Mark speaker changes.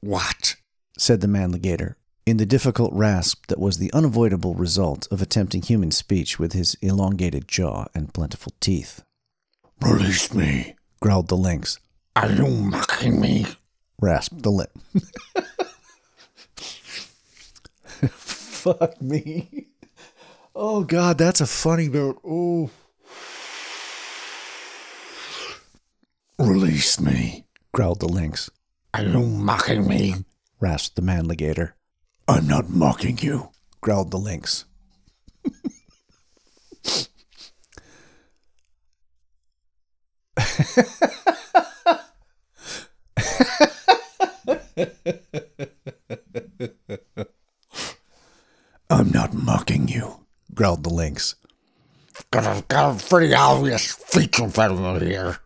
Speaker 1: What?
Speaker 2: said the man legator, in the difficult rasp that was the unavoidable result of attempting human speech with his elongated jaw and plentiful teeth.
Speaker 1: Release me.
Speaker 2: Growled the lynx,
Speaker 1: Are you mocking me?
Speaker 2: rasped the lip. Fuck me. Oh god, that's a funny note. Oh.
Speaker 1: Release me.
Speaker 2: Growled the lynx,
Speaker 1: Are you mocking me?
Speaker 2: rasped the man legator.
Speaker 1: I'm not mocking you.
Speaker 2: growled the lynx.
Speaker 1: I'm not mocking you.
Speaker 2: growled the lynx.
Speaker 1: Got a, got a pretty obvious feature problem here.